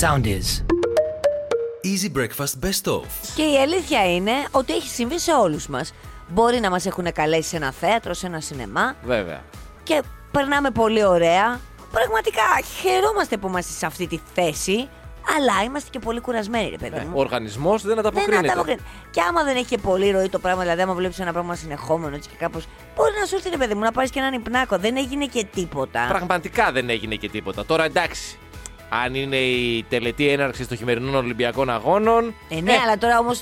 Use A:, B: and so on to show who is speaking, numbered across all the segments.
A: Sound is.
B: Easy Breakfast Best Of.
C: Και η αλήθεια είναι ότι έχει συμβεί σε όλους μας. Μπορεί να μας έχουν καλέσει σε ένα θέατρο, σε ένα σινεμά
D: Βέβαια.
C: και περνάμε πολύ ωραία. Πραγματικά χαιρόμαστε που είμαστε σε αυτή τη θέση, αλλά είμαστε και πολύ κουρασμένοι, ρε παιδί
D: Ναι.
C: μου. Ναι,
D: Ο οργανισμός δεν
C: Δεν
D: ανταποκρίνεται.
C: ανταποκρίνεται. Και άμα δεν έχει και πολύ ροή το πράγμα, δηλαδή άμα βλέπεις ένα πράγμα συνεχόμενο έτσι και κάπως. Μπορεί να σου έρθει ρε παιδί μου να πάρεις και έναν υπνάκο. Δεν έγινε και τίποτα.
D: Πραγματικά δεν έγινε και τίποτα. Τώρα εντάξει. Αν είναι η τελετή έναρξη των χειμερινών Ολυμπιακών Αγώνων.
C: Ε, ναι, αλλά τώρα όμως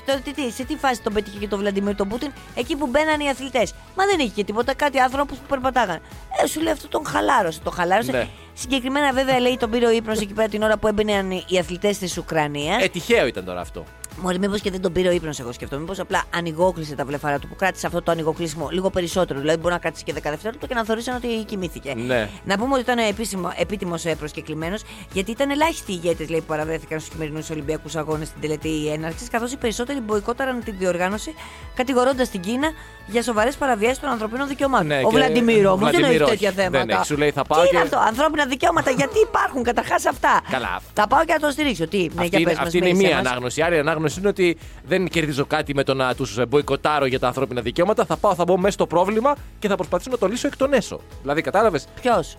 C: σε τι φάση τον πέτυχε και τον Βλαντιμίρ τον Πούτιν, εκεί που μπαίνανε οι αθλητές. Μα δεν είχε και τίποτα, κάτι άνθρωπους που περπατάγανε. Ε, σου λέει αυτό τον χαλάρωσε. Το χαλάρωσε.
D: Ναι.
C: Συγκεκριμένα, βέβαια, λέει τον πήρε ο ύπνο εκεί πέρα την ώρα που έμπαιναν οι αθλητές της Ουκρανίας.
D: Ε, τυχαίο ήταν τώρα αυτό.
C: Μωρή, μήπως και δεν τον πήρε ο ύπνος, εγώ σκέφτομαι. Μήπως απλά ανοιγόκλεισε τα βλεφάρα του που κράτησε αυτό το ανοιγόκλεισμό λίγο περισσότερο. Δηλαδή, μπορεί να κάτσει και 10 δευτερόλεπτα και να θεωρήσαν ότι κοιμήθηκε.
D: Ναι.
C: Να πούμε ότι ήταν επίσημο, επίτιμος ε, προσκεκλημένος, γιατί ήταν ελάχιστοι οι ηγέτες λέει, που παραδέθηκαν στους χειμερινούς Ολυμπιακούς Αγώνες στην τελετή έναρξης, καθώς οι περισσότεροι μποϊκόταραν την διοργάνωση, κατηγορώντας την Κίνα για σοβαρές παραβιάσεις των ανθρωπίνων δικαιωμάτων.
D: Ναι,
C: ο
D: και-
C: Βλαντιμίρο όμως δεν
D: Βλαντιμίρο
C: έχει
D: όχι.
C: τέτοια
D: Δεν
C: θέματα.
D: έχει. Σου λέει, θα πάω
C: Τι
D: και-
C: είναι αυτό, ανθρώπινα δικαιώματα, γιατί υπάρχουν καταρχάς αυτά.
D: Καλά.
C: Θα πάω και να το στηρίξω. Τι, ναι, για
D: αυτή είναι,
C: πες μας,
D: αυτή είναι η
C: μίλησέ
D: μία
C: μας.
D: ανάγνωση. Η άλλη ανάγνωση είναι ότι δεν κερδίζω κάτι με το να τους μποϊκοτάρω για τα ανθρώπινα δικαιώματα. Θα πάω, θα μπω μέσα στο πρόβλημα και θα προσπαθήσω να το λύσω εκ των έσω. Δηλαδή, κατάλαβες,
C: Ποιος?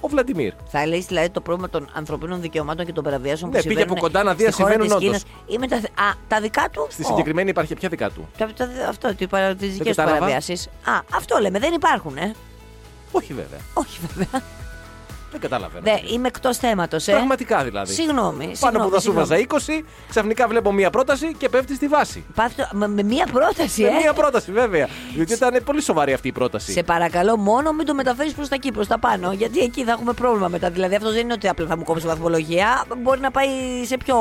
D: ο Βλαντιμίρ.
C: Θα λύσει δηλαδή το πρόβλημα των ανθρωπίνων δικαιωμάτων και των παραβιάσεων
D: Ναι,
C: που
D: πήγε
C: συμβαίνουν
D: από κοντά να δει αν
C: στη χώρα
D: συμβαίνουν
C: της
D: όντως.
C: Κίνας. Ή με τα, α, τα δικά του.
D: Στη
C: Ω.
D: συγκεκριμένη υπάρχει πια δικά του.
C: Τα- τα- Αυτό, τι παρα- τις δικές του
D: κατάλαβα.
C: παραβιάσεις. Α, αυτό λέμε, δεν υπάρχουν, ε.
D: Όχι, βέβαια.
C: Όχι βέβαια.
D: Δεν καταλαβαίνω.
C: Δε, είμαι εκτός θέματος, ε.
D: Πραγματικά δηλαδή.
C: Συγγνώμη,
D: Πάνω
C: συγγνώμη,
D: που θα σου
C: συγγνώμη.
D: βάζα 20, ξαφνικά βλέπω μία πρόταση και πέφτει στη βάση.
C: Πάτε το- με, με μία πρόταση,
D: Με
C: ε.
D: μία πρόταση, βέβαια. Διότι ήταν πολύ σοβαρή αυτή η πρόταση.
C: Σε παρακαλώ, μόνο μην το μεταφέρεις προς τα εκεί, προς τα πάνω. Γιατί εκεί θα έχουμε πρόβλημα μετά. Δηλαδή, αυτό δεν είναι ότι απλά θα μου κόψει βαθμολογία. Μπορεί να πάει σε πιο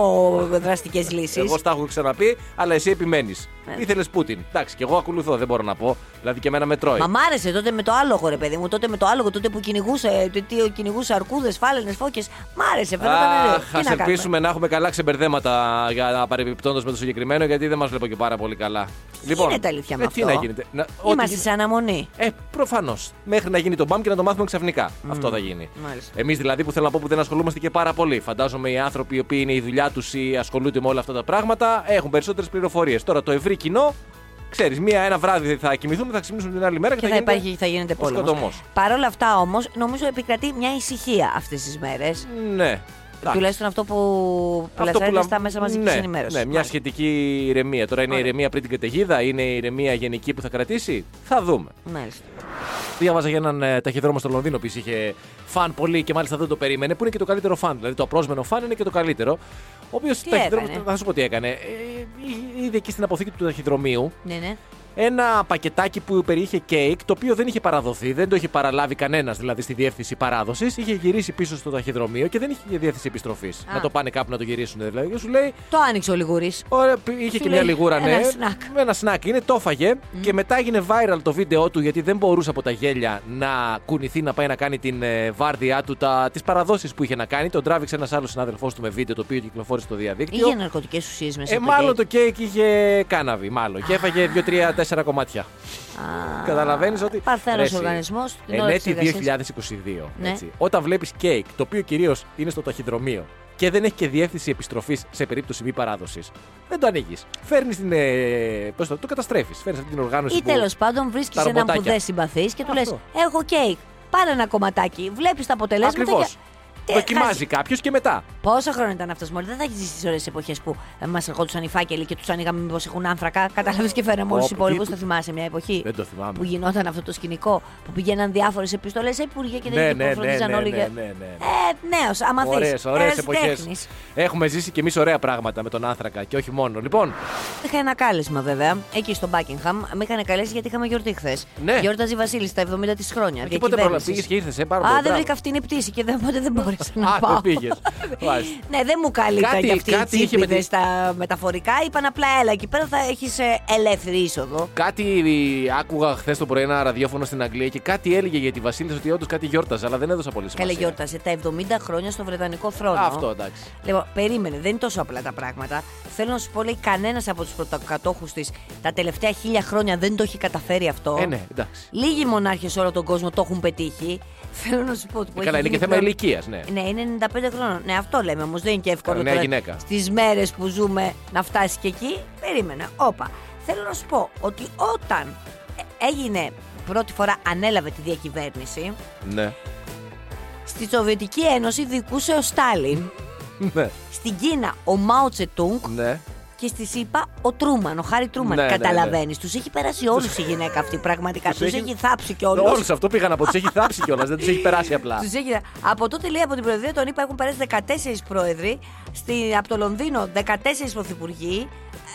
C: δραστικές λύσεις.
D: Εγώ στα έχω ξαναπεί, αλλά εσύ επιμένεις.
C: Ε.
D: Ήθελε Πούτιν. Εντάξει, και εγώ ακολουθώ, δεν μπορώ να πω. Δηλαδή και εμένα με τρώει.
C: Μα μ' άρεσε τότε με το άλογο, ρε παιδί μου. Τότε με το άλογο, τότε που κυνηγούσε, ε, τι- τι- κυνηγούσε αρκούδες, φάλαινες, φώκες. Μ' άρεσε, φαίνονταν ωραίο.
D: Αχ,
C: Τι
D: α
C: να κάνουμε.
D: ελπίσουμε να έχουμε καλά ξεμπερδέματα για παρεμπιπτόντως με το συγκεκριμένο, γιατί δεν μας βλέπω και πάρα πολύ καλά.
C: γίνεται αλήθεια με
D: ε, Τι
C: αυτό?
D: να γίνεται. Να, ό,τι
C: Είμαστε
D: γίνεται-
C: σε αναμονή.
D: Ε, προφανώς. Μέχρι να γίνει το μπαμ και να το μάθουμε ξαφνικά. Αυτό θα γίνει.
C: μάλιστα.
D: Εμείς δηλαδή που θέλω να πω που δεν ασχολούμαστε και πάρα πολύ. Φαντάζομαι οι άνθρωποι οι οποίοι είναι η δουλειά τους ή ασχολούνται με όλα αυτά τα πράγματα έχουν περισσότερες πληροφορίες. Τώρα το ευρύ κοινό, ξέρεις, μία ένα βράδυ θα κοιμηθούμε, θα ξυπνήσουμε την άλλη μέρα και,
C: Και θα,
D: γίνεται
C: υπάρχει, θα γίνεται
D: ο
C: πόλεμος.
D: σκοτωμός.
C: Παρ' όλα αυτά όμως, νομίζω επικρατεί μια ησυχία αυτές τις μέρες.
D: Ναι. Εντάξει.
C: Τουλάχιστον αυτό που
D: Αυτό που
C: πλασάρεται
D: λαμ-
C: στα μέσα μαζικής
D: ναι,
C: ενημέρωσης.
D: Ναι, μια σχετική ηρεμία. Τώρα είναι η
C: Ωραία.
D: ηρεμία πριν την καταιγίδα, είναι η ηρεμία γενική που θα κρατήσει. Θα δούμε.
C: Μάλιστα.
D: Διάβαζα για έναν ε, ταχυδρόμο στο Λονδίνο που είχε φαν πολύ και μάλιστα δεν το περίμενε, που είναι και το καλύτερο φαν. Δηλαδή το απρόσμενο φαν είναι και το καλύτερο. Ο οποίος
C: Τι
D: ταχυδρόμο.
C: έκανε?
D: Θα σου πω τι έκανε. Ε, είδε εκεί στην αποθήκη του ταχυδρομείου
C: Ναι, ναι.
D: ένα πακετάκι που περιείχε κέικ, το οποίο δεν είχε παραδοθεί, δεν το είχε παραλάβει κανένας δηλαδή στη διεύθυνση παράδοσης. Είχε γυρίσει πίσω στο ταχυδρομείο και δεν είχε διεύθυνση επιστροφής.
C: Α.
D: Να το πάνε κάπου να το γυρίσουν δηλαδή. Και σου λέει,
C: Το άνοιξε ο Λιγουρή.
D: Ωραία, π- είχε
C: Σου
D: και μια
C: λέει,
D: λιγούρα, ναι.
C: ένα snack.
D: Με ένα σνακ είναι, το έφαγε και μετά έγινε viral το βίντεο του γιατί δεν μπορούσε από τα γέλια να κουνηθεί να πάει να κάνει την ε, βάρδιά του, τα, τις παραδόσεις που είχε να κάνει. Τον τράβηξε ένας άλλος συνάδελφός του με βίντεο το οποίο κυκλοφόρησε στο διαδίκτυο.
C: Είχε ναρκωτικές ουσίες μέσα.
D: Ε,
C: στο κέικ.
D: μάλλον το κέικ είχε κάναβι, μάλλον. Και έφαγε 2-3-4 κομμάτια.
C: Α,
D: Καταλαβαίνεις ότι.
C: παρθένος
D: Ρε εσύ, ε, ναι,
C: οργανισμός, την
D: Εν
C: ώρα
D: έτη
C: της εργασίας.
D: 2022.
C: Ναι.
D: Έτσι, όταν βλέπεις κέικ, το οποίο κυρίως είναι στο ταχυδρομείο και δεν έχει και διεύθυνση επιστροφής σε περίπτωση μη παράδοσης, δεν το ανοίγεις. Φέρνεις την. Ε, πώς το, το καταστρέφεις. Φέρνεις αυτή την οργάνωση.
C: Ή
D: που-
C: τέλος πάντων βρίσκεις
D: τα
C: έναν που
D: ρομποτάκια.
C: δεν συμπαθείς και του λες:
D: Αυτό.
C: Έχω κέικ. Πάρε ένα κομματάκι. Βλέπεις τα αποτελέσματα.
D: Ακριβώς.
C: και- Χάσει-
D: Δοκιμάζει κάποιος και μετά.
C: Πόσο χρόνο ήταν αυτός, Μωρή, δεν θα έχεις ζήσει τις ωραίες εποχές που μας ερχόντουσαν οι φάκελοι και τους άνοιγαμε μήπως έχουν άνθρακα. Κατάλαβες και φέραμε όλους του
D: Όπου,
C: υπόλοιπους.
D: τι-
C: Το θυμάσαι μια εποχή.
D: Δεν το θυμάμαι.
C: Που γινόταν αυτό το σκηνικό, που πηγαίναν διάφορες επιστολές σε υπουργεία και
D: Ναι,
C: δεν
D: ναι, ναι,
C: υποφροντίζαν
D: ναι,
C: όλοι.
D: ναι,
C: για-
D: ναι, ναι, ναι.
C: Ε, νέος, άμα θες. ε,
D: Ωραίε, ωραίε εποχέ.
C: Ερασιτέχνης.
D: Έχουμε ζήσει κι εμείς ωραία πράγματα με τον άνθρακα και όχι μόνο. Λοιπόν,
C: Είχα ένα κάλεσμα βέβαια, εκεί στο Buckingham. Με είχαν καλέσει γιατί είχαμε γιορτή χθες.
D: Ναι. Ε,
C: Γιόρταζε η Βασίλη στα 70 της χρόνια.
D: και πότε
C: διακυβέρνησης.
D: προλαβήκε και ήρθες. Πάρα πολύ.
C: Α, δεν
D: μπράβο.
C: βρήκα αυτήν η πτήση και δεν, οπότε δεν μπόρεσα να
D: Α,
C: πάω.
D: δεν πήγε. Μάλιστα.
C: Ναι, δεν μου κάλυπταν
D: Κάτι-
C: και αυτή η
D: κάτι είχε με τη-
C: τσίπηδες στα μεταφορικά. Είπαν απλά έλα εκεί πέρα θα έχεις ε, ελεύθερη είσοδο.
D: Κάτι άκουγα χθες το πρωί ένα ραδιόφωνο στην Αγγλία και κάτι έλεγε για τη Βασίλισσα ότι όντως κάτι γιόρταζε, αλλά δεν έδωσα πολύ σημασία.
C: Καλέ γιόρτασε τα 70 χρόνια στο Βρετανικό θρόνο.
D: Αυτό εντάξει.
C: Λοιπόν, περίμενε, δεν είναι τόσο απλά τα πράγματα. Θέλω να σου πω, λέει, κανένας από τους πρωτοκατόχους της τα τελευταία χίλια χρόνια δεν το έχει καταφέρει αυτό.
D: Ε, ναι, εντάξει.
C: Λίγοι μονάρχες σε όλο τον κόσμο το έχουν πετύχει. Θέλω να σου πω ότι. που
D: Ε, Καλά,
C: έχει
D: είναι και
C: γίνει
D: θέμα
C: χρόνο-
D: ηλικίας, ναι.
C: Ναι, είναι 95 χρόνων. Ναι, αυτό Αυτό λέμε όμως. Δεν είναι και εύκολο.
D: Ε, νέα
C: τώρα
D: γυναίκα.
C: Στις μέρες που ζούμε να φτάσεις και εκεί. Περίμενα. Όπα. Θέλω να σου πω ότι όταν ε, έγινε πρώτη φορά ανέλαβε τη διακυβέρνηση,
D: Ναι.
C: στη Σοβιετική Ένωση δικούσε ο Στάλιν.
D: Ναι.
C: Στην Κίνα ο Μάο Τσετούγκ
D: Ναι.
C: και στη ΣΥΠΑ ο Τρούμαν, ο Χάρη Τρούμαν.
D: Ναι, ναι, ναι.
C: Καταλαβαίνεις. Τους έχει περάσει όλους η γυναίκα αυτή πραγματικά.
D: Τους
C: Τους
D: έχει-
C: έχει θάψει κιόλα.
D: Όλου αυτό πήγαν από τους έχει θάψει κιόλας, δεν τους έχει περάσει απλά.
C: Τους έχει- Από τότε λέει από την Προεδρία των ΗΠΑ έχουν περάσει 14 πρόεδροι. Στη... Από το Λονδίνο 14 πρωθυπουργοί.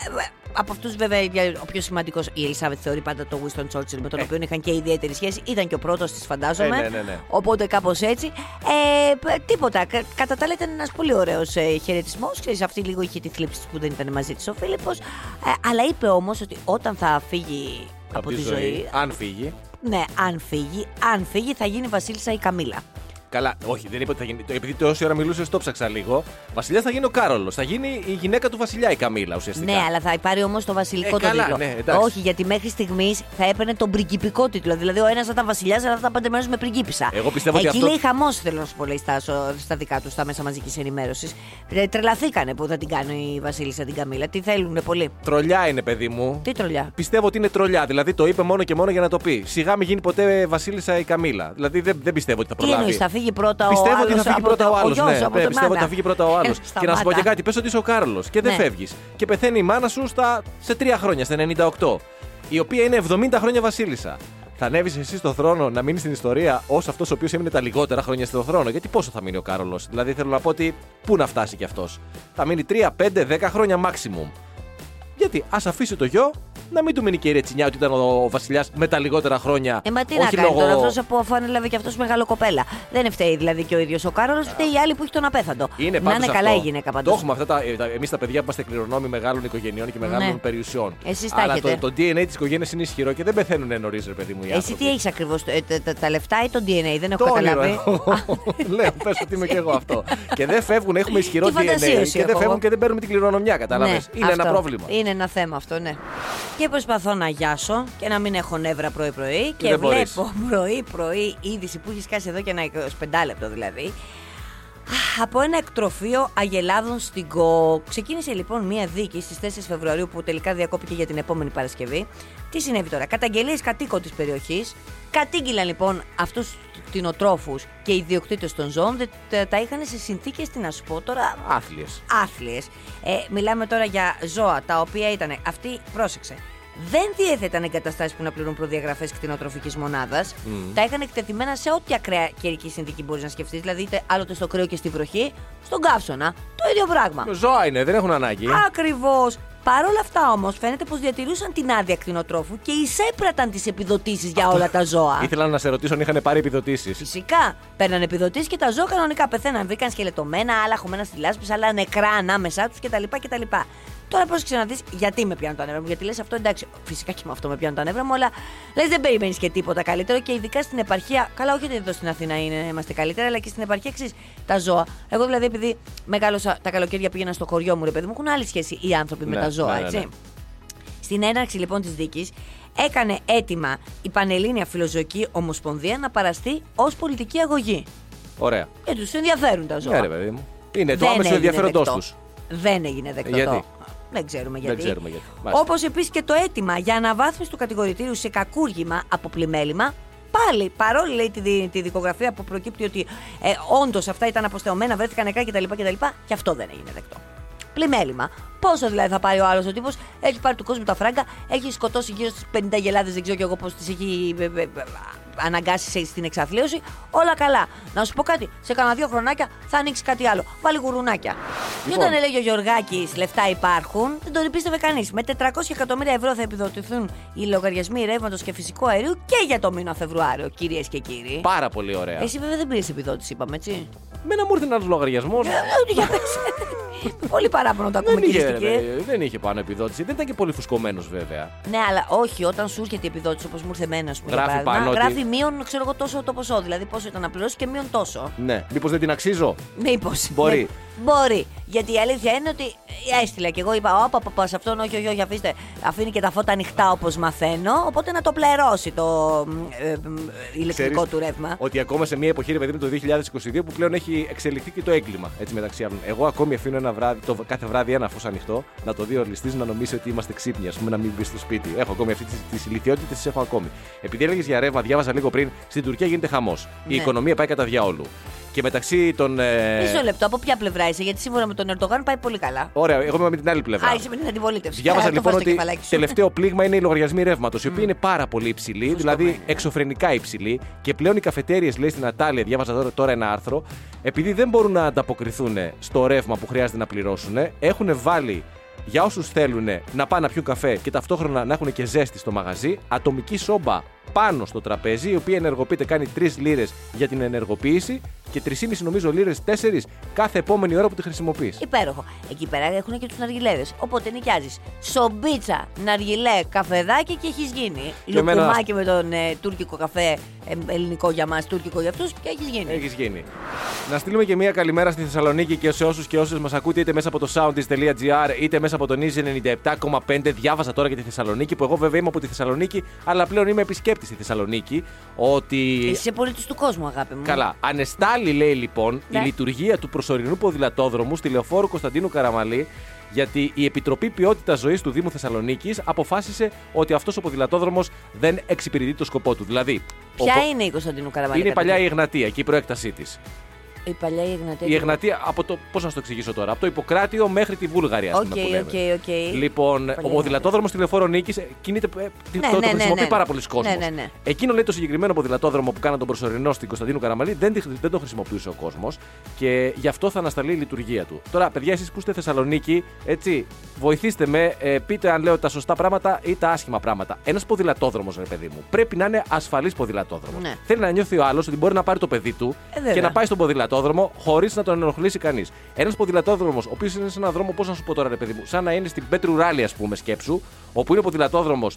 C: Ε, ε, Από αυτούς, βέβαια, για- ο πιο σημαντικός, η Ελισάβετ θεωρεί πάντα τον Winston Churchill, με τον οποίο είχαν και ιδιαίτερη σχέση. Ήταν και ο πρώτος τη, φαντάζομαι.
D: Ε, ναι, ναι, ναι.
C: Οπότε κάπως έτσι. Ε, π- τίποτα. Κα- Κατά τα άλλα, ήταν ένας πολύ ωραίος ε, χαιρετισμός. Αυτή λίγο είχε τη θλίψη της που δεν ήταν μαζί της ο Φίλιππος. αλλά είπε όμως ότι όταν θα φύγει από, τη ζωή.
D: Αν φύγει.
C: Ναι, αν φύγει, αν φύγει, θα γίνει Βασίλισσα η Καμίλα.
D: Καλά, όχι, δεν είπα ότι θα γίνει. Επειδή τόση ώρα μιλούσες, το ψάξα λίγο. Βασιλιάς θα γίνει ο Κάρολος. Θα γίνει η γυναίκα του Βασιλιά η Καμίλα ουσιαστικά.
C: Ναι, αλλά θα πάρει όμως το βασιλικό
D: Ε, καλά,
C: το τίτλο.
D: ναι, εντάξει.
C: Όχι, γιατί μέχρι στιγμής θα έπαιρνε τον πριγκιπικό τίτλο. Δηλαδή, ο ένας θα ήταν βασιλιάς, αλλά θα ήταν παντρεμένο με πριγκίπισσα.
D: Εγώ πιστεύω
C: Εκεί
D: ότι αυτό-
C: λέει χαμός, θέλω να σου πω, λέει Στάσο, στα δικά τους, στα μέσα μαζικής ενημέρωσης. τρελαθήκανε που θα την κάνει η Βασίλισσα την Καμίλα. Τι θέλουν πολύ.
D: Τρολιά είναι, παιδί μου.
C: Τι τρολιά.
D: Πιστεύω ότι είναι τρολιά. Δηλαδή το είπε μόνο και μόνο για να το πει. Σιγά μην γίνει ποτέ Βασίλισσα η Καμίλα. Δηλαδή δεν, δεν πιστεύω ότι θα
C: Τι
D: προλάβει.
C: εννοείς, θα φύγει πρώτα ο άλλο.
D: Πιστεύω ότι θα φύγει πρώτα ο άλλο. Ναι, ναι, πιστεύω ότι θα φύγει πρώτα ο άλλο. και να σου πω και κάτι, πες ότι είσαι ο Κάρολο και δεν
C: Ε, Ναι.
D: φεύγεις. Και πεθαίνει η μάνα σου στα... σε τρία χρόνια, στα 98. Η οποία είναι 70 χρόνια βασίλισσα. Θα ανέβεις εσύ στο θρόνο να μείνεις στην ιστορία ως αυτός ο οποίος έμεινε τα λιγότερα χρόνια στο θρόνο. Γιατί πόσο θα μείνει ο Κάρολο. Δηλαδή θέλω να πω ότι πού να φτάσει κι αυτός. Θα μείνει 3, 5, 10 χρόνια maximum. Γιατί ας αφήσει το γιο να μην του μείνει και η ρετσινιά ότι ήταν ο βασιλιάς με τα λιγότερα χρόνια.
C: Ε, μα τι να
D: όχι
C: κάνει
D: λόγω-
C: τώρα, αυτός που αφού ανέλαβε και αυτός μεγάλο κοπέλα. Δεν φταίει δηλαδή και ο ίδιος ο Κάρολο, φταίει η άλλη που έχει τον απέθαντο.
D: Είναι
C: να
D: πάντως
C: είναι
D: αυτό.
C: καλά η γυναίκα παντού.
D: Το έχουμε αυτά τα. Εμείς τα παιδιά που είμαστε κληρονόμοι μεγάλων οικογενειών και μεγάλων
C: Ναι.
D: περιουσιών.
C: Εσείς τα
D: Αλλά
C: έχετε.
D: το, το DNA της οικογένειας είναι ισχυρό και δεν πεθαίνουν νωρίς, ρε παιδί μου. Οι
C: Εσύ τι
D: άνθρωποι.
C: έχεις ακριβώς, τα, τα, τα λεφτά ή το DNA, δεν έχω
D: Το όνειρο ε.
C: καταλάβει.
D: έχω. Λέω, πες ότι είμαι και εγώ αυτό. και δεν φεύγουν, έχουμε ισχυρό
C: Τη
D: DNA.
C: φαντασίωση
D: Και δεν
C: έχω εγώ.
D: φεύγουν και δεν παίρνουμε την κληρονομιά, κατάλαβες.
C: Ναι,
D: είναι ένα
C: αυτό.
D: πρόβλημα.
C: Είναι ένα θέμα αυτό, ναι. Και προσπαθώ να γιάσω και να μην έχω νεύρα πρωί-πρωί. Και
D: Ε, δεν μπορείς.
C: βλέπω πρωί-πρωί είδηση που έχεις σκάσει εδώ και ένα 25 λεπτό δηλαδή. Α, Από ένα εκτροφείο αγελάδων στην ΚΟ. Ξεκίνησε λοιπόν μία δίκη στις 4 Φεβρουαρίου που τελικά διακόπηκε για την επόμενη Παρασκευή. Τι συνέβη τώρα, Καταγγελίες κατοίκων της περιοχής. Κατήγγυλαν λοιπόν αυτούς τους κτηνοτρόφους και οι ιδιοκτήτες των ζώων. δε- τα- Τα είχαν σε συνθήκες, τι να σου πω τώρα,
D: Άθλιες.
C: άθλιες. Ε, μιλάμε τώρα για ζώα τα οποία ήταν. Αυτή, πρόσεξε. Δεν διέθεταν εγκαταστάσεις που να πληρούν προδιαγραφές κτηνοτροφικής μονάδας. Τα είχαν εκτεθειμένα σε ό,τι ακραία καιρική συνθήκη μπορείς να σκεφτείς. Δηλαδή, είτε άλλοτε στο κρύο και στη βροχή, στον καύσωνα. Το ίδιο πράγμα.
D: Ζώα είναι, δεν έχουν ανάγκη.
C: Ακριβώς. Παρ' όλα αυτά όμως, φαίνεται πως διατηρούσαν την άδεια κτηνοτρόφου και εισέπραταν τις επιδοτήσεις για όλα τα ζώα.
D: Ήθελα να σε ρωτήσω αν είχαν πάρει επιδοτήσεις.
C: Φυσικά. Παίρναν επιδοτήσεις και τα ζώα κανονικά πεθαίναν. Βρήκαν σκελετωμένα, άλλα χωμένα στη λάσπη, άλλα νεκρά ανάμεσά τους κτλ. κτλ. Τώρα πρόσεξε να δει γιατί με πιάνουν τα νεύρα μου. Γιατί λες αυτό εντάξει, φυσικά και με αυτό με πιάνουν τα νεύρα μου, αλλά λες δεν περιμένεις και τίποτα καλύτερο και ειδικά στην επαρχία. Καλά, όχι ότι εδώ στην Αθήνα είναι, είμαστε καλύτερα, αλλά και στην επαρχία εξή τα ζώα. Εγώ δηλαδή επειδή μεγάλωσα τα καλοκαίρια πήγαινα στο χωριό μου, ρε παιδί μου, έχουν άλλη σχέση οι άνθρωποι με
D: Ναι,
C: τα ζώα,
D: ναι, ναι,
C: έτσι.
D: ναι.
C: Στην έναρξη λοιπόν της δίκης, έκανε αίτημα η Πανελλήνια Φιλοζωική Ομοσπονδία να παραστεί ως πολιτική αγωγή.
D: Ωραία.
C: Και τους ενδιαφέρουν τα ζώα.
D: Ναι, ρε παιδί μου. Είναι το
C: Δεν
D: άμεσο
C: έγινε
D: ενδιαφέροντός
C: δεκτό.
D: τους.
C: Δεν έγινε δεκτό.
D: Γιατί?
C: το. Δεν ξέρουμε γιατί.
D: ξέρουμε γιατί. Μάλιστα.
C: Όπως επίσης και το αίτημα για αναβάθμιση του κατηγορητήριου σε κακούργημα από πλημέλημα. Πάλι, παρόλη λέει τη, δι- τη δικογραφία που προκύπτει ότι ε, όντως αυτά ήταν αποστεωμένα, βρέθηκαν νεκρά κτλ. κτλ. Και αυτό δεν έγινε δεκτό. Πλημέλημα. Πόσο δηλαδή θα πάρει ο άλλος ο τύπος, έχει πάρει του κόσμου τα φράγκα, έχει σκοτώσει γύρω στις 50 γελάδες, δεν ξέρω κι εγώ πώς τις έχει ε, ε, ε, αναγκάσει σε- στην εξαθλίωση. Όλα καλά. Να σου πω κάτι, σε κανένα δύο χρονάκια θα ανοίξει κάτι άλλο. Βάλει γουρουνάκια. Και
D: Λοιπόν.
C: όταν έλεγε ο Γιωργάκης, λεφτά υπάρχουν, δεν τον πίστευε κανείς. Με 400 εκατομμύρια ευρώ θα επιδοτηθούν οι λογαριασμοί ρεύματος και φυσικού αερίου και για το μήνα Φεβρουάριο, κυρίες και κύριοι.
D: Πάρα πολύ ωραία.
C: Εσύ βέβαια δεν πήρες επιδότηση, είπαμε έτσι.
D: Μένα μου ήρθε ένας λογαριασμός.
C: Ε, Για πες. Με πολύ παράπονο το ακούμε,
D: Δεν
C: κυρίες
D: είχε,
C: και κύριοι.
D: ρε, δεν είχε πάνω επιδότηση. Δεν ήταν και πολύ φουσκωμένος βέβαια.
C: Ναι, αλλά όχι, όταν σου έρχεται η επιδότηση όπως μου ήρθε εμένα, ας πούμε. για
D: Γράφει
C: παράδειγμα,
D: πάνω ότι-
C: γράφει μείον, ξέρω εγώ, τόσο το ποσό. Δηλαδή, πόσο ήταν να πληρώσει και μείον τόσο.
D: Ναι. Μήπως δεν την αξίζω.
C: Μήπως.
D: Μπορεί.
C: Μπορεί. Γιατί η αλήθεια είναι ότι ε, έστειλα και εγώ είπα: Όπα, παπα, σε αυτόν, όχι, όχι, όχι, αφήστε. Αφήνει και τα φώτα ανοιχτά όπως μαθαίνω. Οπότε να το πληρώσει το ε, ε, ε, ηλεκτρικό
D: Ξέρεις
C: του ρεύμα.
D: Ότι ακόμα σε μια εποχή, ρε παιδί μου, το 2022 που πλέον έχει εξελιχθεί και το έγκλημα. Έτσι μεταξύ άλλων. Εγώ ακόμη αφήνω ένα βράδυ, το, κάθε βράδυ ένα φως ανοιχτό, να το δει ο ληστή να νομίζει ότι είμαστε ξύπνοι, ας πούμε, να μην μπει στο σπίτι. Έχω ακόμη αυτή τις ηλικιότητες, τις έχω ακόμη. Επειδή έλεγες για ρεύμα, διάβαζα λίγο πριν, στην Τουρκία γίνεται χαμός. Η
C: Ναι.
D: οικονομία πάει κατά διαόλου. Και μεταξύ των. ε,
C: Μισό λεπτό, από ποια πλευρά είσαι, γιατί σύμφωνα με τον Ερντογάν πάει πολύ καλά.
D: Ωραία, εγώ είμαι με την άλλη πλευρά.
C: Α, είσαι με την αντιπολίτευση.
D: Διάβασα
C: Ε, το
D: λοιπόν
C: βάζω στο
D: ότι
C: κεφαλάκι σου.
D: τελευταίο πλήγμα είναι οι λογαριασμοί ρεύματος, οι οποίοι είναι πάρα πολύ υψηλοί, δηλαδή
C: είναι.
D: εξωφρενικά υψηλοί. Και πλέον οι καφετέρειε, λέει στην Ατάλια, διάβαζα τώρα, τώρα ένα άρθρο, επειδή δεν μπορούν να ανταποκριθούν στο ρεύμα που χρειάζεται να πληρώσουν, έχουν βάλει για όσους θέλουν να πάνε να πιούν καφέ και ταυτόχρονα να έχουν και ζέστη στο μαγαζί, ατομική σόμπα πάνω στο τραπέζι, η οποία ενεργοποιείται, κάνει 3 λίρες για την ενεργοποίηση και 3,5 νομίζω λίρες 4 κάθε επόμενη ώρα που τη χρησιμοποιείς.
C: Υπέροχο. Εκεί πέρα έχουν και τους ναργιλέδες. Οπότε νοικιάζεις σομπίτσα, ναργιλέ, καφεδάκι και έχεις γίνει.
D: Και εμένα-
C: Λουκουμάκι με τον ε, τουρκικό καφέ, ε, ελληνικό για μας, τουρκικό για αυτούς και έχεις γίνει.
D: Έχεις γίνει. Να στείλουμε και μία καλημέρα στη Θεσσαλονίκη και σε όσους και όσες μας ακούτε είτε μέσα από το soundis.gr είτε μέσα από τον Easy 97,5. Διάβασα τώρα για τη Θεσσαλονίκη που εγώ βέβαια είμαι από τη Θεσσαλονίκη, αλλά πλέον είμαι επισκέπτη στη Θεσσαλονίκη. Ότι.
C: Είσαι πολίτης του κόσμου, αγάπη μου.
D: Καλά. Ανεστάλλει, λέει λοιπόν,
C: Ναι.
D: η λειτουργία του προσωρινού ποδηλατόδρομου στη λεωφόρο Κωνσταντίνου Καραμαλή, γιατί η Επιτροπή Ποιότητα Ζωής του Δήμου Θεσσαλονίκης αποφάσισε ότι αυτός ο ποδηλατόδρομος δεν εξυπηρετεί το σκοπό του. Δηλαδή, ο
C: Ποια
D: πο-
C: είναι η Κωνσταντινού Καραβαλή.
D: είναι η παλιά η
C: καταρχήν?
D: Εγνατία και η προέκτασή της.
C: Η παλιά η Εγνατία.
D: Η Εγνατία, από το. Πώς να σου το εξηγήσω τώρα, από το Ιπποκράτιο μέχρι τη Βούλγαρη, ας
C: Οκ,
D: πούμε. που λέμε.
C: οκ, οκ.
D: Λοιπόν, ο
C: Πολύ
D: ποδηλατόδρομο τηλεφόρο Νίκη κινείται. ε, τι-
C: Ναι,
D: το, το
C: ναι, ναι,
D: χρησιμοποιεί
C: ναι.
D: πάρα πολλοί κόσμος.
C: Ναι, ναι, ναι.
D: Εκείνο λέει το συγκεκριμένο ποδηλατόδρομο που κάναν τον προσωρινό στην Κωνσταντίνου Καραμαλή δεν, τη- δεν το χρησιμοποιούσε ο κόσμος και γι' αυτό θα ανασταλεί η λειτουργία του. Τώρα, παιδιά, εσείς που είστε Θεσσαλονίκη, έτσι, βοηθήστε με, ε, πείτε αν λέω τα σωστά πράγματα ή τα άσχημα πράγματα. Ένας ποδηλατόδρομος, ρε παιδί μου, πρέπει να είναι ασφαλής ποδηλατόδρομος.
C: Ναι.
D: Θέλει να νιώθει ο άλλος ότι μπορεί να πάρει το παιδί του
C: Ε, βέβαια.
D: και να πάει στον ποδηλατόδρομο χωρίς να τον ενοχλήσει κανείς. Ένας ποδηλατόδρομος, ο οποίος είναι σε έναν δρόμο, πώς να σου πω τώρα, ρε παιδί μου, σαν να είναι στην Πέτρου Ράλι, ας πούμε, σκέψου, όπου είναι ο ποδηλατόδρομος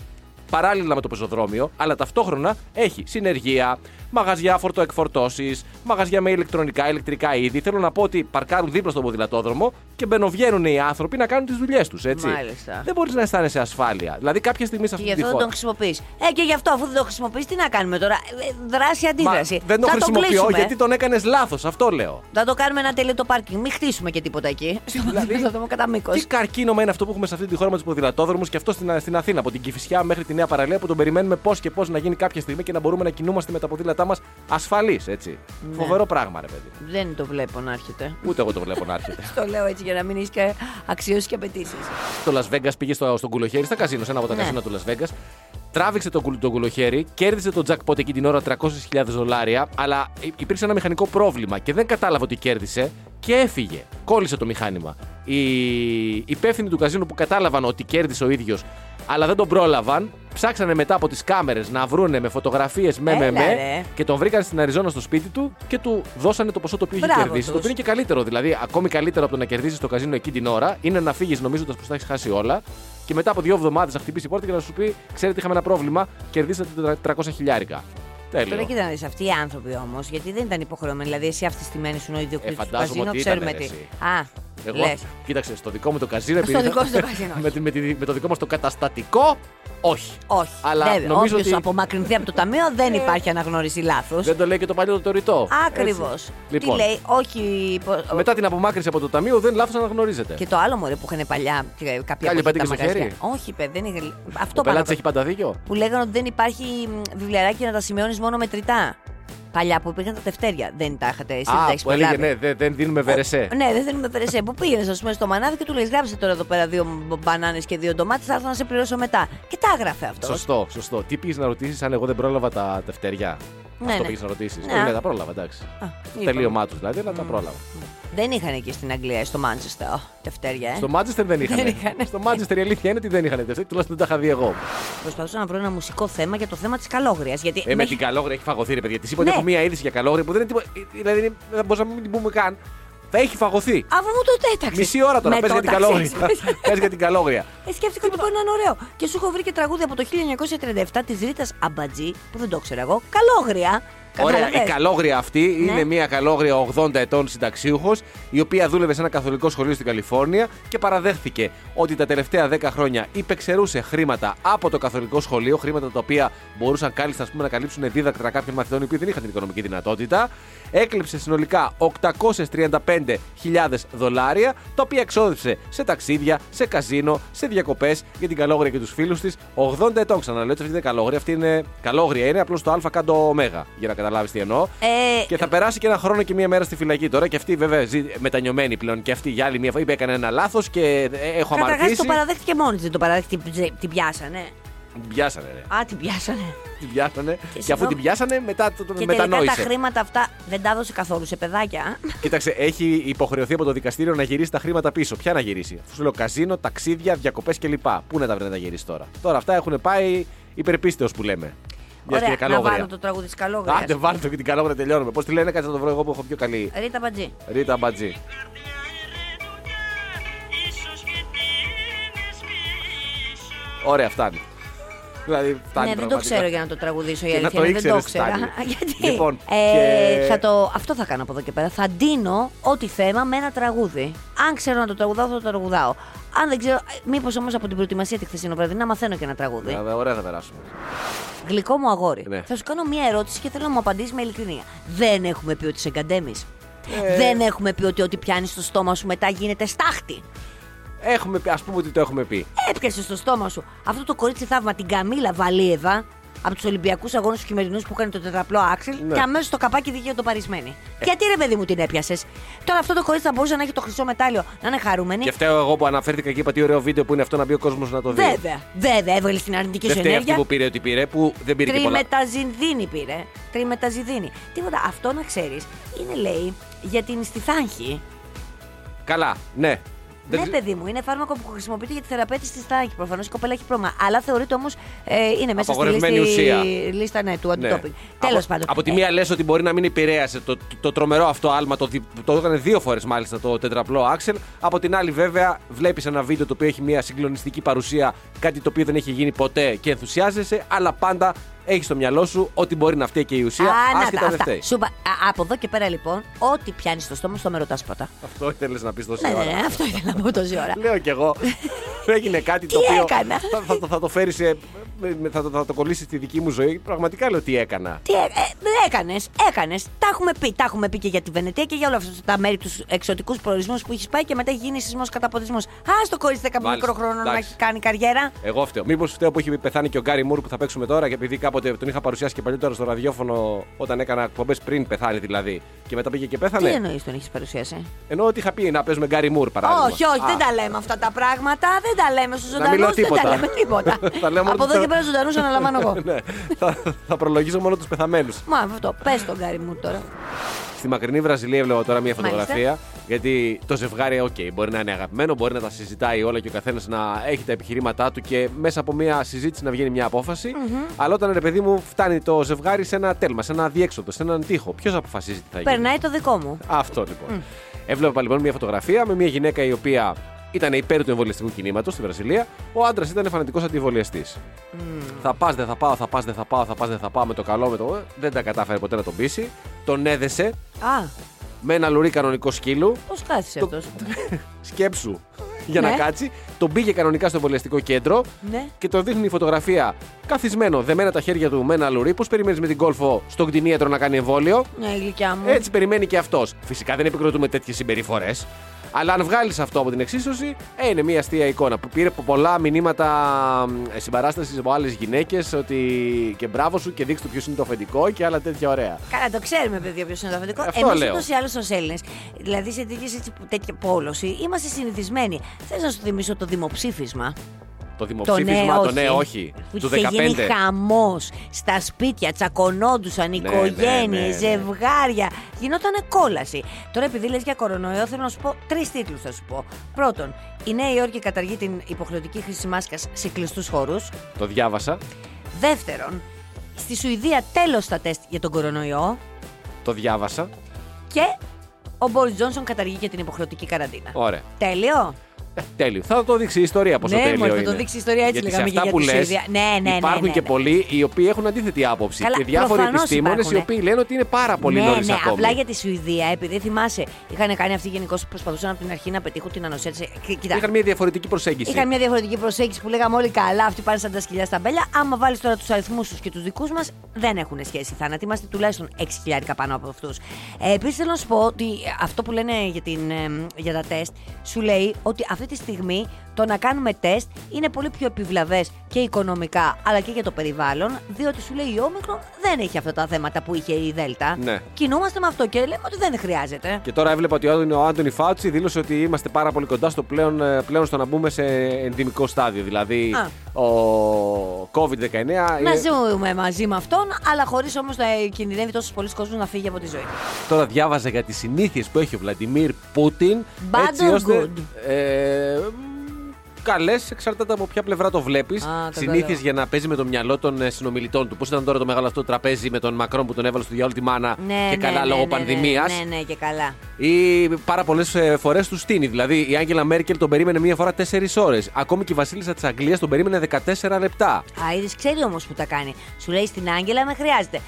D: παράλληλα με το πεζοδρόμιο, αλλά ταυτόχρονα έχει συνεργεία, μαγαζιά φορτοεκφορτώσεις, μαγαζιά με ηλεκτρονικά, ηλεκτρικά είδη. Θέλω να πω ότι παρκάρουν δίπλα στον ποδηλατόδρομο και μπαινοβγαίνουν οι άνθρωποι να κάνουν τις δουλειές τους, έτσι.
C: Μάλιστα.
D: Δεν μπορείς να αισθάνεσαι ασφάλεια. Δηλαδή κάποια στιγμή σε
C: Και
D: αυτή
C: γι'
D: τη
C: αυτό δεν
D: χώρα.
C: τον χρησιμοποιείς. Ε, και γι' αυτό αφού δεν τον χρησιμοποιείς, τι να κάνουμε τώρα. Ε, Δράση
D: Μα
C: αντίδραση.
D: δεν τον
C: ε. θα το
D: χρησιμοποιώ
C: κλείσουμε.
D: γιατί τον έκανες λάθος, αυτό λέω.
C: Θα το κάνουμε ένα τέλειο το πάρκινγκ. Μην χτίσουμε και τίποτα εκεί. Στο δρόμο κατά μήκος.
D: Δηλαδή, Τι καρκίνωμα είναι αυτό που έχουμε σε αυτή τη χώρα με τους ποδηλατόδρομους και αυτό στην, στην Αθήνα. Από την Κυφυσιά μέχρι τη Νέα Παραλία που τον περιμένουμε πώς και πώς να γίνει κάποια στιγμή και να μπορούμε να κινούμαστε με τα ποδήλατά μας ασφαλείς, έτσι. Φοβερό πράγμα, ρε παιδί.
C: Δεν το βλέπω να έρχεται.
D: Ούτε εγώ το βλέπω να έρχεται.
C: Το λέω έτσι για να μην είσαι και αξιώσεις και απαιτήσεις.
D: το Las Vegas πήγε στο, στον κουλοχέρι, στα καζίνο, σε ένα από τα
C: Ναι.
D: καζίνο του Las Vegas. Τράβηξε τον, κουλ- τον κουλοχέρι, κέρδισε τον jackpot εκεί την ώρα 300.000 δολάρια, αλλά υ- υπήρξε ένα μηχανικό πρόβλημα και δεν κατάλαβε ότι κέρδισε και έφυγε. Κόλλησε το μηχάνημα. Οι υπεύθυνοι του καζίνου που κατάλαβαν ότι κέρδισε ο ίδιος, αλλά δεν τον πρόλαβαν, ψάξανε μετά από τις κάμερες να βρούνε με φωτογραφίες με με
C: Έλα,
D: με
C: ρε.
D: και τον βρήκαν στην Αριζόνα στο σπίτι του και του δώσανε το ποσό το οποίο είχε
C: Μπράβο
D: κερδίσει. Το
C: τους.
D: οποίο είναι και καλύτερο. Δηλαδή, ακόμη καλύτερο από το να κερδίσει το καζίνο εκεί την ώρα είναι να φύγεις νομίζοντας πως τα έχεις χάσει όλα και μετά από δύο εβδομάδες να χτυπήσει η πόρτα και να σου πει: Ξέρετε, είχαμε ένα πρόβλημα, κερδίσατε 300 χιλιάρικα.
C: Τώρα
D: Τέλειο.
C: κοίτα να δεις αυτοί οι άνθρωποι όμως, γιατί δεν ήταν υποχρεωμένοι. Δηλαδή, εσύ αυτής τη στιγμή σου είναι ο
D: Ε,
C: ιδιοκτήτης του
D: φαντάζομαι
C: καζίνο,
D: ότι
C: ξέρουμε
D: ήτανε,
C: τι.
D: εσύ.
C: Α,
D: Εγώ,
C: λες.
D: κοίταξε, στο δικό μου το καζίνο.
C: Στο
D: επειδή-
C: δικό σου το καζίνο, όχι.
D: με, τη- με, τη- με το δικό μας το καταστατικό, όχι.
C: Όχι.
D: Αλλά
C: Βέβαια,
D: νομίζω
C: όποιος
D: ότι- Ε,
C: απομακρυνθεί από το ταμείο δεν υπάρχει αναγνώριση λάθο.
D: Δεν το λέει και το παλιό το ρητό.
C: Ακριβώς.
D: Έτσι.
C: Τι
D: Λοιπόν,
C: λέει, όχι. πο-
D: μετά την απομάκρυνση από το ταμείο, δεν λάθος αναγνωρίζεται.
C: Και το άλλο μωρέ που είχαν παλιά τι, ε, κάποια εποχή
D: πέτυχε
C: τα
D: στο
C: μαγαζιά.
D: χέρι.
C: Όχι, παιδί, δεν είχε.
D: Ο
C: Αυτό πάνω.
D: πελάτης έχει πάντα δίκιο.
C: Που λέγανε ότι δεν υπάρχει μ, βιβλιαράκι να τα σημειώνεις μόνο μετρητά. Παλιά που υπήρχαν τα τευτέρια. Δεν τα είχατε εσύ, δεν τα
D: Α,
C: έχεις
D: που έλεγε
C: προλάβει.
D: ναι, δεν, δεν δίνουμε βερεσέ.
C: Ναι, δεν θέλουμε περαισέ. Που πήγαινε, ας πούμε, στο μανάδι και του λες: Γράψε τώρα εδώ πέρα δύο μπανάνες και δύο ντομάτες, θα έρθω να σε πληρώσω μετά. Και τα έγραφε αυτός.
D: Σωστό, σωστό. Τι πήγες να ρωτήσεις αν εγώ δεν πρόλαβα τα τευτεριά.
C: Ναι,
D: Αυτό
C: ναι.
D: πήγες να ρωτήσεις.
C: Ναι. λοιπόν.
D: Ναι. τα πρόλαβα, εντάξει. Το τελείωμά τους δηλαδή, αλλά τα πρόλαβα.
C: Δεν είχαν εκεί στην Αγγλία, στο Μάντσεστερ, τευτέρια. Ε.
D: Στο Μάντσεστερ δεν είχαν.
C: είχανε.
D: Στο Μάντσεστερ η αλήθεια είναι ότι δεν είχαν τευτέρια, τουλάχιστον δεν τα είχα δει εγώ.
C: Προσπαθούσα να βρω ένα μουσικό θέμα για το θέμα της καλόγριας. Γιατί
D: Ε, με
C: έχει-
D: την καλόγρια έχει φαγωθεί, ρε παιδιά. Της είπα ότι
C: Ναι.
D: έχω μία είδηση για καλόγρια που δεν είναι τίποτα. Δηλαδή είναι- δεν μπορούσαμε να μην την πούμε καν. Θα έχει φαγωθεί.
C: Αφού μου το τέταξε.
D: Μισή ώρα τώρα
C: Με
D: πες
C: το
D: για την
C: τάξες.
D: καλόγρια. Πε για την καλόγρια.
C: Ε, σκέφτηκα ότι μπορεί να είναι ωραίο. Και σου έχω βρει και τραγούδι από το 1937 της Ρίτας Αμπατζή, που δεν το ξέρω εγώ. Καλόγρια.
D: Ωραία, η
C: Κατάλαβες.
D: καλόγρια αυτή
C: Ναι.
D: είναι μια καλόγρια 80 ετών συνταξίουχο, η οποία δούλευε σε ένα καθολικό σχολείο στην Καλιφόρνια και παραδέχθηκε ότι τα τελευταία 10 χρόνια υπεξαιρούσε χρήματα από το καθολικό σχολείο, χρήματα τα οποία μπορούσαν κάλλιστα ας πούμε, να καλύψουν δίδακτρα κάποιων μαθητών οι οποίοι δεν είχαν την οικονομική δυνατότητα. Έκλειψε συνολικά 835.000 δολάρια, τα οποία εξόδευσε σε ταξίδια, σε καζίνο, σε διακοπές για την καλόγρια και τους φίλους της. 80 ετών ξαναλέω, έτσι αυτή είναι καλόγρια. Αυτή είναι καλόγρια, είναι απλώς το α κάτω ω για να καταλάβεις τι εννοώ.
C: Ε,
D: Και θα περάσει και ένα χρόνο και μία μέρα στη φυλακή τώρα. Και αυτή βέβαια ζει μετανιωμένη πλέον. Και αυτή για άλλη μία φορά είπε: Έκανε ένα λάθος και ε, έχω
C: Καταρχάς
D: αμαρτήσει.
C: το παραδέχτηκε μόνη της, δεν το παραδέχτηκε. Την- Την πιάσανε.
D: Την πιάσανε, ρε.
C: Α, την πιάσανε.
D: Την πιάσανε. Και,
C: συγγνώμη.
D: αφού την πιάσανε, μετά το, το
C: Και τελικά τα
D: μετανόησε.
C: χρήματα αυτά δεν τα έδωσε καθόλου σε παιδάκια.
D: Κοίταξε, έχει υποχρεωθεί από το δικαστήριο να γυρίσει τα χρήματα πίσω. Ποια να γυρίσει. Αφού σου λέω καζίνο, ταξίδια, διακοπές κλπ. Πού να τα βρει να τα γυρίσει τώρα. Τώρα αυτά έχουν πάει υπερπίστεως που λέμε. Μιας και είναι
C: να
D: καλόγρια.
C: βάλω το τραγούδι της Καλόγριας.
D: Άντε, βάλτε το και την καλόγρια τελειώνουμε. Πώς τη λένε, κάτσε να το βρω εγώ που έχω πιο καλή.
C: Ρίτα Μπατζή.
D: Ρίτα Μπατζή.
A: καρδιά ερετουνιά, ίσως και πήγαινες πίσω.
D: Ωραία, φτάνει. Δηλαδή, φτάνει
C: Ναι, δεν το
D: πραγματικά.
C: ξέρω για να το τραγουδήσω. Η
D: Και να
C: αλήθεια
D: το
C: είναι, δεν το
D: ήξερες,
C: ξέρα.
D: Τάνια.
C: Γιατί.
D: Λοιπόν,
C: ε,
D: και-
C: θα το, αυτό θα κάνω από εδώ και πέρα. Θα ντύνω ό,τι θέμα με ένα τραγούδι. Αν ξέρω να το τραγουδάω, θα το τραγουδάω. Αν δεν ξέρω. Μήπως όμως από την προετοιμασία τη χθεσινοβραδινή να μαθαίνω και ένα τραγούδι.
D: Βέβαια, ωραία θα περάσουμε.
C: Γλυκό μου αγόρι.
D: Ναι.
C: Θα σου κάνω μία ερώτηση και θέλω να μου απαντήσεις με ειλικρίνεια. Δεν έχουμε πει ότι σε εγκαντέμει.
D: Ε.
C: Δεν έχουμε πει ότι ό,τι πιάνεις στο στόμα σου μετά γίνεται στάχτη.
D: Έχουμε πει, ας πούμε ότι το έχουμε πει.
C: Έπιασες στο στόμα σου αυτό το κορίτσι θαύμα, την Καμίλα Βαλίεβα, από τους Ολυμπιακούς Αγώνες τους χειμερινούς που κάνει το τετραπλό άξιλ
D: Ναι. Ε.
C: και αμέσως το καπάκι δίκαιο το παρισμένη. Γιατί ρε παιδί μου την έπιασες. Τώρα αυτό το κορίτσι θα μπορούσε να έχει το χρυσό μετάλλιο, να είναι χαρούμενη.
D: Και φταίω εγώ που αναφέρθηκα και είπα τι ωραίο βίντεο που είναι αυτό να μπει ο κόσμος να το δει.
C: Βέβαια, βέβαια, έβγαλε την αρνητική
D: Δεν
C: σου
D: φταίει αυτή
C: ενέργεια.
D: που πήρε ότι πήρε, που δεν πήρε και πολλά.
C: Τριμεταζινδίνη πήρε. Τριμεταζινδίνη. Τίποτα, αυτό να ξέρεις είναι λέει για την στιθάνχη.
D: Καλά, ναι. Δεν
C: Ναι,
D: ξε-
C: παιδί μου, είναι φάρμακο που χρησιμοποιείται για τη θεραπεία της στάχη. Προφανώς η κοπέλα έχει πρόβλημα. Αλλά θεωρείται όμως ε, είναι μέσα στη λίστα,
D: Απαγορευμένη ουσία.
C: λίστα ναι, του
D: Ναι.
C: αντιτόπινγκ.
D: Από-
C: Τέλος πάντων.
D: Από τη
C: Ε,
D: μία λες ότι μπορεί να μην επηρέασε το, το, το τρομερό αυτό άλμα, το, δι- το έκανε δύο φορές μάλιστα το τετραπλό άξελ. Από την άλλη, βέβαια, βλέπεις ένα βίντεο το οποίο έχει μια συγκλονιστική παρουσία, κάτι το οποίο δεν έχει γίνει ποτέ και ενθουσιάζεσαι, αλλά πάντα έχει στο μυαλό σου ότι μπορεί να φταίει και η ουσία,
C: Ε, άνατα,
D: άσχετα δεν
C: αυτά.
D: φταίει.
C: Σου είπα, α, από εδώ και πέρα λοιπόν, ό,τι πιάνεις στο στόμα, σου το με ρωτάς πρώτα.
D: Αυτό ήθελες να πεις τόση
C: Ναι, ναι,
D: ώρα.
C: ναι, αυτό ήθελα να πω τόση ώρα.
D: Λέω κι εγώ. Έγινε κάτι το
C: Τι
D: οποίο
C: έκανα?
D: Θα, θα, το- θα το φέρεις σε. με- Θα, το- θα το κολλήσεις στη δική μου ζωή. Πραγματικά λέω τι έκανα.
C: Τι ε, έκανες, έκανες. Τα έχουμε πει. Τα έχουμε πει και για τη Βενετία και για όλα αυτά τα μέρη, τους εξωτικούς προορισμούς που έχεις πάει και μετά έχει γίνει σεισμός καταποντισμός. Α το κορίτσι 10
D: Μάλιστα,
C: μικρό χρόνο να
D: εντάξει.
C: έχει κάνει καριέρα.
D: Εγώ φταίω. Μήπως φταίω που έχει πεθάνει και ο Γκάρι Μούρ που θα παίξουμε τώρα και επειδή κάποτε τον είχα παρουσιάσει και παλιότερα στο ραδιόφωνο όταν έκανα εκπομπές πριν πεθάνει δηλαδή. Και μετά πήγε και
C: Τι
D: πέθανε.
C: εννοείς τον έχεις παρουσιάσει.
D: Ενώ ότι είχα πει να παίζουμε Γκάρι Μουρ παράδειγμα.
C: Όχι, όχι,
D: Α,
C: δεν τα λέμε αυτά τα πράγματα. Δεν τα λέμε στους
D: Να μην λέω
C: ζωντανού. Δεν τα
D: τίποτα.
C: λέμε τίποτα.
D: Τα λέω μόνο
C: Από
D: ότι
C: εδώ και
D: το-
C: πέρα ζωντανούς αναλαμβάνω εγώ.
D: ναι. θα, θα προλογίζω μόνο τους πεθαμένους.
C: Μα αυτό, πες τον Γκάρι μου τώρα.
D: Στη μακρινή Βραζιλία έβλεπα τώρα μια
C: Μάλιστα.
D: φωτογραφία. Γιατί το ζευγάρι, οκ, μπορεί να είναι αγαπημένο, μπορεί να τα συζητάει όλα και ο καθένας να έχει τα επιχειρήματά του και μέσα από μια συζήτηση να βγαίνει μια απόφαση. Αλλά όταν ρε παιδί μου φτάνει το ζευγάρι σε ένα τέλμα, σε ένα διέξοδο, σε έναν τοίχο, ποιος αποφασίζει τι θα γίνει.
C: Περνάει το δικό μου.
D: Αυτό λοιπόν. Έβλεπα λοιπόν μια φωτογραφία με μια γυναίκα η οποία ήταν υπέρ του εμβολιαστικού κινήματος στη Βραζιλία. Ο άντρας ήταν φανατικός αντιεμβολιαστής. Θα πας, δεν θα πάω, θα πας, δεν θα πάω, θα πας, δεν θα πάω με το καλό, με το. ε, Δεν τα κατάφερε ποτέ να τον πείσει. Τον έδεσε
C: Α,
D: με ένα λουρί κανονικό σκύλο.
C: πώς κάθισε
D: Το-
C: αυτός.
D: Σκέψου για
C: Ναι.
D: να κάτσει. Τον πήγε κανονικά στο εμβολιαστικό κέντρο
C: Ναι.
D: και τον δείχνει η φωτογραφία καθισμένο, δεμένα τα χέρια του με ένα λουρί. Πώς περιμένεις με την κόλφο στον κτηνίατρο να κάνει εμβόλιο.
C: Ναι, η γλυκιά μου.
D: Έτσι περιμένει και αυτός. Φυσικά δεν επικροτούμε τέτοιες συμπεριφορές. Αλλά αν βγάλεις αυτό από την εξίσωση, ε, είναι μια αστεία εικόνα που πήρε πολλά μηνύματα συμπαράστασης από άλλες γυναίκες ότι και μπράβο σου και δείξτε ποιος είναι το αφεντικό και άλλα τέτοια ωραία.
C: Καλά, το ξέρουμε, παιδιά, ποιος είναι το αφεντικό.
D: Αυτό
C: Εμείς
D: λέω.
C: ούτως ή άλλως ως Έλληνες, δηλαδή σε τέτοιες έτσι, τέτοια πόλωση, είμαστε συνηθισμένοι. Θες να σου θυμίσω το δημοψήφισμα.
D: Το δημοψήφισμα, το ναι, όχι,
C: Που
D: του 15.
C: είχε γίνει χαμός στα σπίτια, τσακωνόντουσαν οικογένειε,
D: ναι, ναι, ναι.
C: ζευγάρια. Γινόταν κόλαση. Τώρα, επειδή λες για κορονοϊό, θέλω να σου πω τρεις τίτλους θα σου πω. Πρώτον, η Νέα Υόρκη καταργεί την υποχρεωτική χρήση μάσκας σε κλειστούς χώρους.
D: Το διάβασα,
C: Δεύτερον, στη Σουηδία τέλος τα τεστ για τον κορονοϊό.
D: το διάβασα.
C: Και ο Μπόρις Τζόνσον καταργεί και την υποχρεωτική καραντίνα.
D: Ωραία. Ε,
C: Τέλειο.
D: Τέλειο. Θα το δείξει η ιστορία πόσο
C: Ναι,
D: τέλειο
C: μωρέ, θα
D: είναι.
C: το δείξει η ιστορία, έτσι
D: Γιατί
C: λέγαμε
D: σε
C: και
D: αυτά
C: για
D: που
C: τη
D: λες,
C: Σουηδία. Ναι, ναι, ναι,
D: Υπάρχουν
C: ναι,
D: και
C: ναι.
D: πολλοί οι οποίοι έχουν αντίθετη άποψη.
C: Καλά,
D: και διάφοροι
C: προφανώς
D: επιστήμονες οι
C: υπάρχουνε.
D: οποίοι λένε ότι είναι πάρα πολύ
C: ναι,
D: νωρίς
C: ναι,
D: ακόμη.
C: απλά για τη Σουηδία, επειδή θυμάσαι, είχαν κάνει αυτοί γενικώς που προσπαθούσαν από την αρχή να πετύχουν την ανοσία τη. Κοίτα,
D: Είχαν μια διαφορετική προσέγγιση.
C: είχαν μια διαφορετική προσέγγιση που λέγαμε όλοι καλά, αυτοί πάνε σαν τα σκυλιά στα μπέλια. Άμα βάλεις τώρα τους αριθμούς τους και τους δικούς μας, δεν έχουν σχέση οι θάνατοι. Είμαστε τουλάχιστον 6.000 πάνω από αυτούς. Ε, Επίσης θέλω να σου πω ότι αυτό που λένε για, την, ε, για τα τεστ, σου λέει ότι αυτή τη στιγμή το να κάνουμε τεστ είναι πολύ πιο επιβλαβές και οικονομικά αλλά και για το περιβάλλον, διότι σου λέει η Όμικρον δεν έχει αυτά τα θέματα που είχε η Δέλτα.
D: Ναι.
C: Κινούμαστε με αυτό και λέμε ότι δεν χρειάζεται.
D: Και τώρα έβλεπα ότι ο Άντων- ο Άντωνη Φάουτσι δήλωσε ότι είμαστε πάρα πολύ κοντά στο πλέον, ε, πλέον στο να μπούμε σε ενδυμικό στάδιο. Δηλαδή,
C: Α.
D: ο COVID-19.
C: Να
D: είναι-
C: ζούμε μαζί με αυτόν, αλλά χωρίς όμως να κινδυνεύει τόσο πολλοί κόσμο να φύγει από τη ζωή.
D: Τώρα διάβαζα για τις συνήθειες που έχει ο Βλαντιμίρ Πούτιν.
C: Bad
D: έτσι
C: or
D: ώστε.
C: good?
D: Ε, Καλές, εξαρτάται από ποια πλευρά το βλέπεις.
C: κατάλαβα.
D: Συνήθειε για να παίζει με το μυαλό των ε, συνομιλητών του. Πώς ήταν τώρα το μεγάλο αυτό τραπέζι με τον Μακρόν που τον έβαλε στο διάολο τη μάνα και καλά λόγω πανδημίας.
C: Ναι, ναι, και καλά.
D: Ή πάρα πολλές φορές του στείνει. Δηλαδή η Άγγελα Μέρκελ τον περίμενε μία φορά 4 ώρες. Ακόμη και η Βασίλισσα της Αγγλίας τον περίμενε 14 λεπτά.
C: Α, είδες, ξέρει όμως που τα κάνει. Σου λέει στην Άγγελα με χρειάζεται.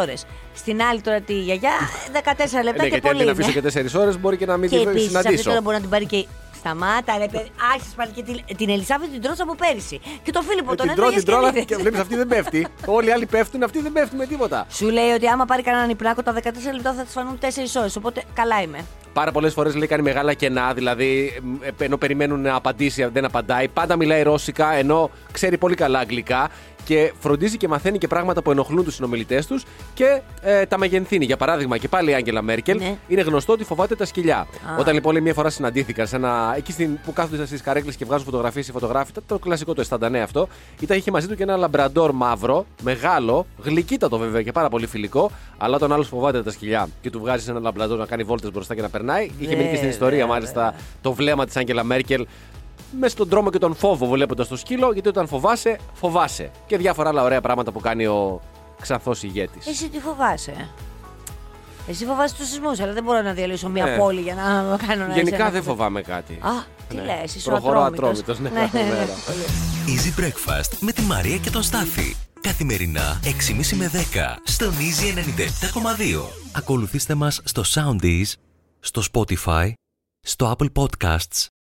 C: 4 ώρε. Στην άλλη τώρα τη γιαγιά, 14 λεπτά
D: ναι,
C: και
D: γιατί αν
C: πολύ.
D: την
C: είναι.
D: αφήσω και 4 ώρες μπορεί και να μην
C: Και
D: τη
C: επίσης αυτή
D: συναντήσω.
C: τώρα μπορεί να την πάρει και. Σταμάτα, ρε παιδί. Άρχισε πάρει και την, την Ελισάβετ την τρώσσα από πέρυσι. Και τον Φίλιππο
D: Ε,
C: τον
D: την τρώ,
C: έτρωγες
D: την τρόλα
C: και
D: και
C: είδες.
D: βλέπεις αυτή δεν πέφτει. Όλοι οι άλλοι πέφτουν, αυτή δεν πέφτουν με τίποτα.
C: Σου λέει ότι άμα πάρει κανέναν υπνάκο τα 14 λεπτά θα της φανούν 4 ώρες. Οπότε καλά είμαι.
D: Πάρα πολλές φορές λέει κάνει μεγάλα κενά, δηλαδή ε, ενώ περιμένουν να απαντήσει, δεν απαντάει. Πάντα μιλάει ρώσικα, ενώ ξέρει πολύ καλά αγγλικά και φροντίζει και μαθαίνει και πράγματα που ενοχλούν τους συνομιλητές τους και ε, τα μεγενθύνει. Για παράδειγμα, και πάλι η Άγγελα Μέρκελ
C: Ναι.
D: είναι γνωστό ότι φοβάται τα σκυλιά. Όταν λοιπόν λέει, μια φορά συναντήθηκαν σε ένα. εκεί στην, που κάθονται στις καρέκλες και βγάζουν φωτογραφίες οι φωτογράφοι, ήταν το κλασικό το αισθαντανέ αυτό. Ήταν είχε μαζί του και ένα λαμπραντόρ μαύρο, μεγάλο, γλυκύτατο βέβαια και πάρα πολύ φιλικό. Αλλά όταν άλλος φοβάται τα σκυλιά και του βγάζει ένα λαμπραντόρ να κάνει βόλτες μπροστά και να περνάει, είχε μείνει και στην
C: Βέβαια.
D: ιστορία μάλιστα το βλέμμα της Άγγελα Μέρκελ. Μέσα στον τρόμο και τον φόβο βλέποντας το σκύλο, γιατί όταν φοβάσαι, φοβάσαι. Και διάφορα άλλα ωραία πράγματα που κάνει ο ξανθός ηγέτης.
C: Εσύ τι φοβάσαι. Εσύ φοβάσαι τους σεισμούς, αλλά δεν μπορώ να διαλύσω μια
D: Ναι.
C: πόλη για να κάνω να
D: Γενικά
C: εσένα.
D: δεν φοβάμαι κάτι.
C: Α, τι
D: Ναι.
C: λες, είσαι
D: Προχωρώ
C: ο
D: ατρόμητος,
C: ατρόμητος.
D: ναι,
C: Ναι, ναι, ναι.
D: βέβαια.
B: Easy Breakfast με τη Μαρία και τον Στάφη. Καθημερινά 6.30 με 10 στον Easy 97.2. Ακολουθήστε μας στο Soundees, στο Spotify, στο Apple Podcasts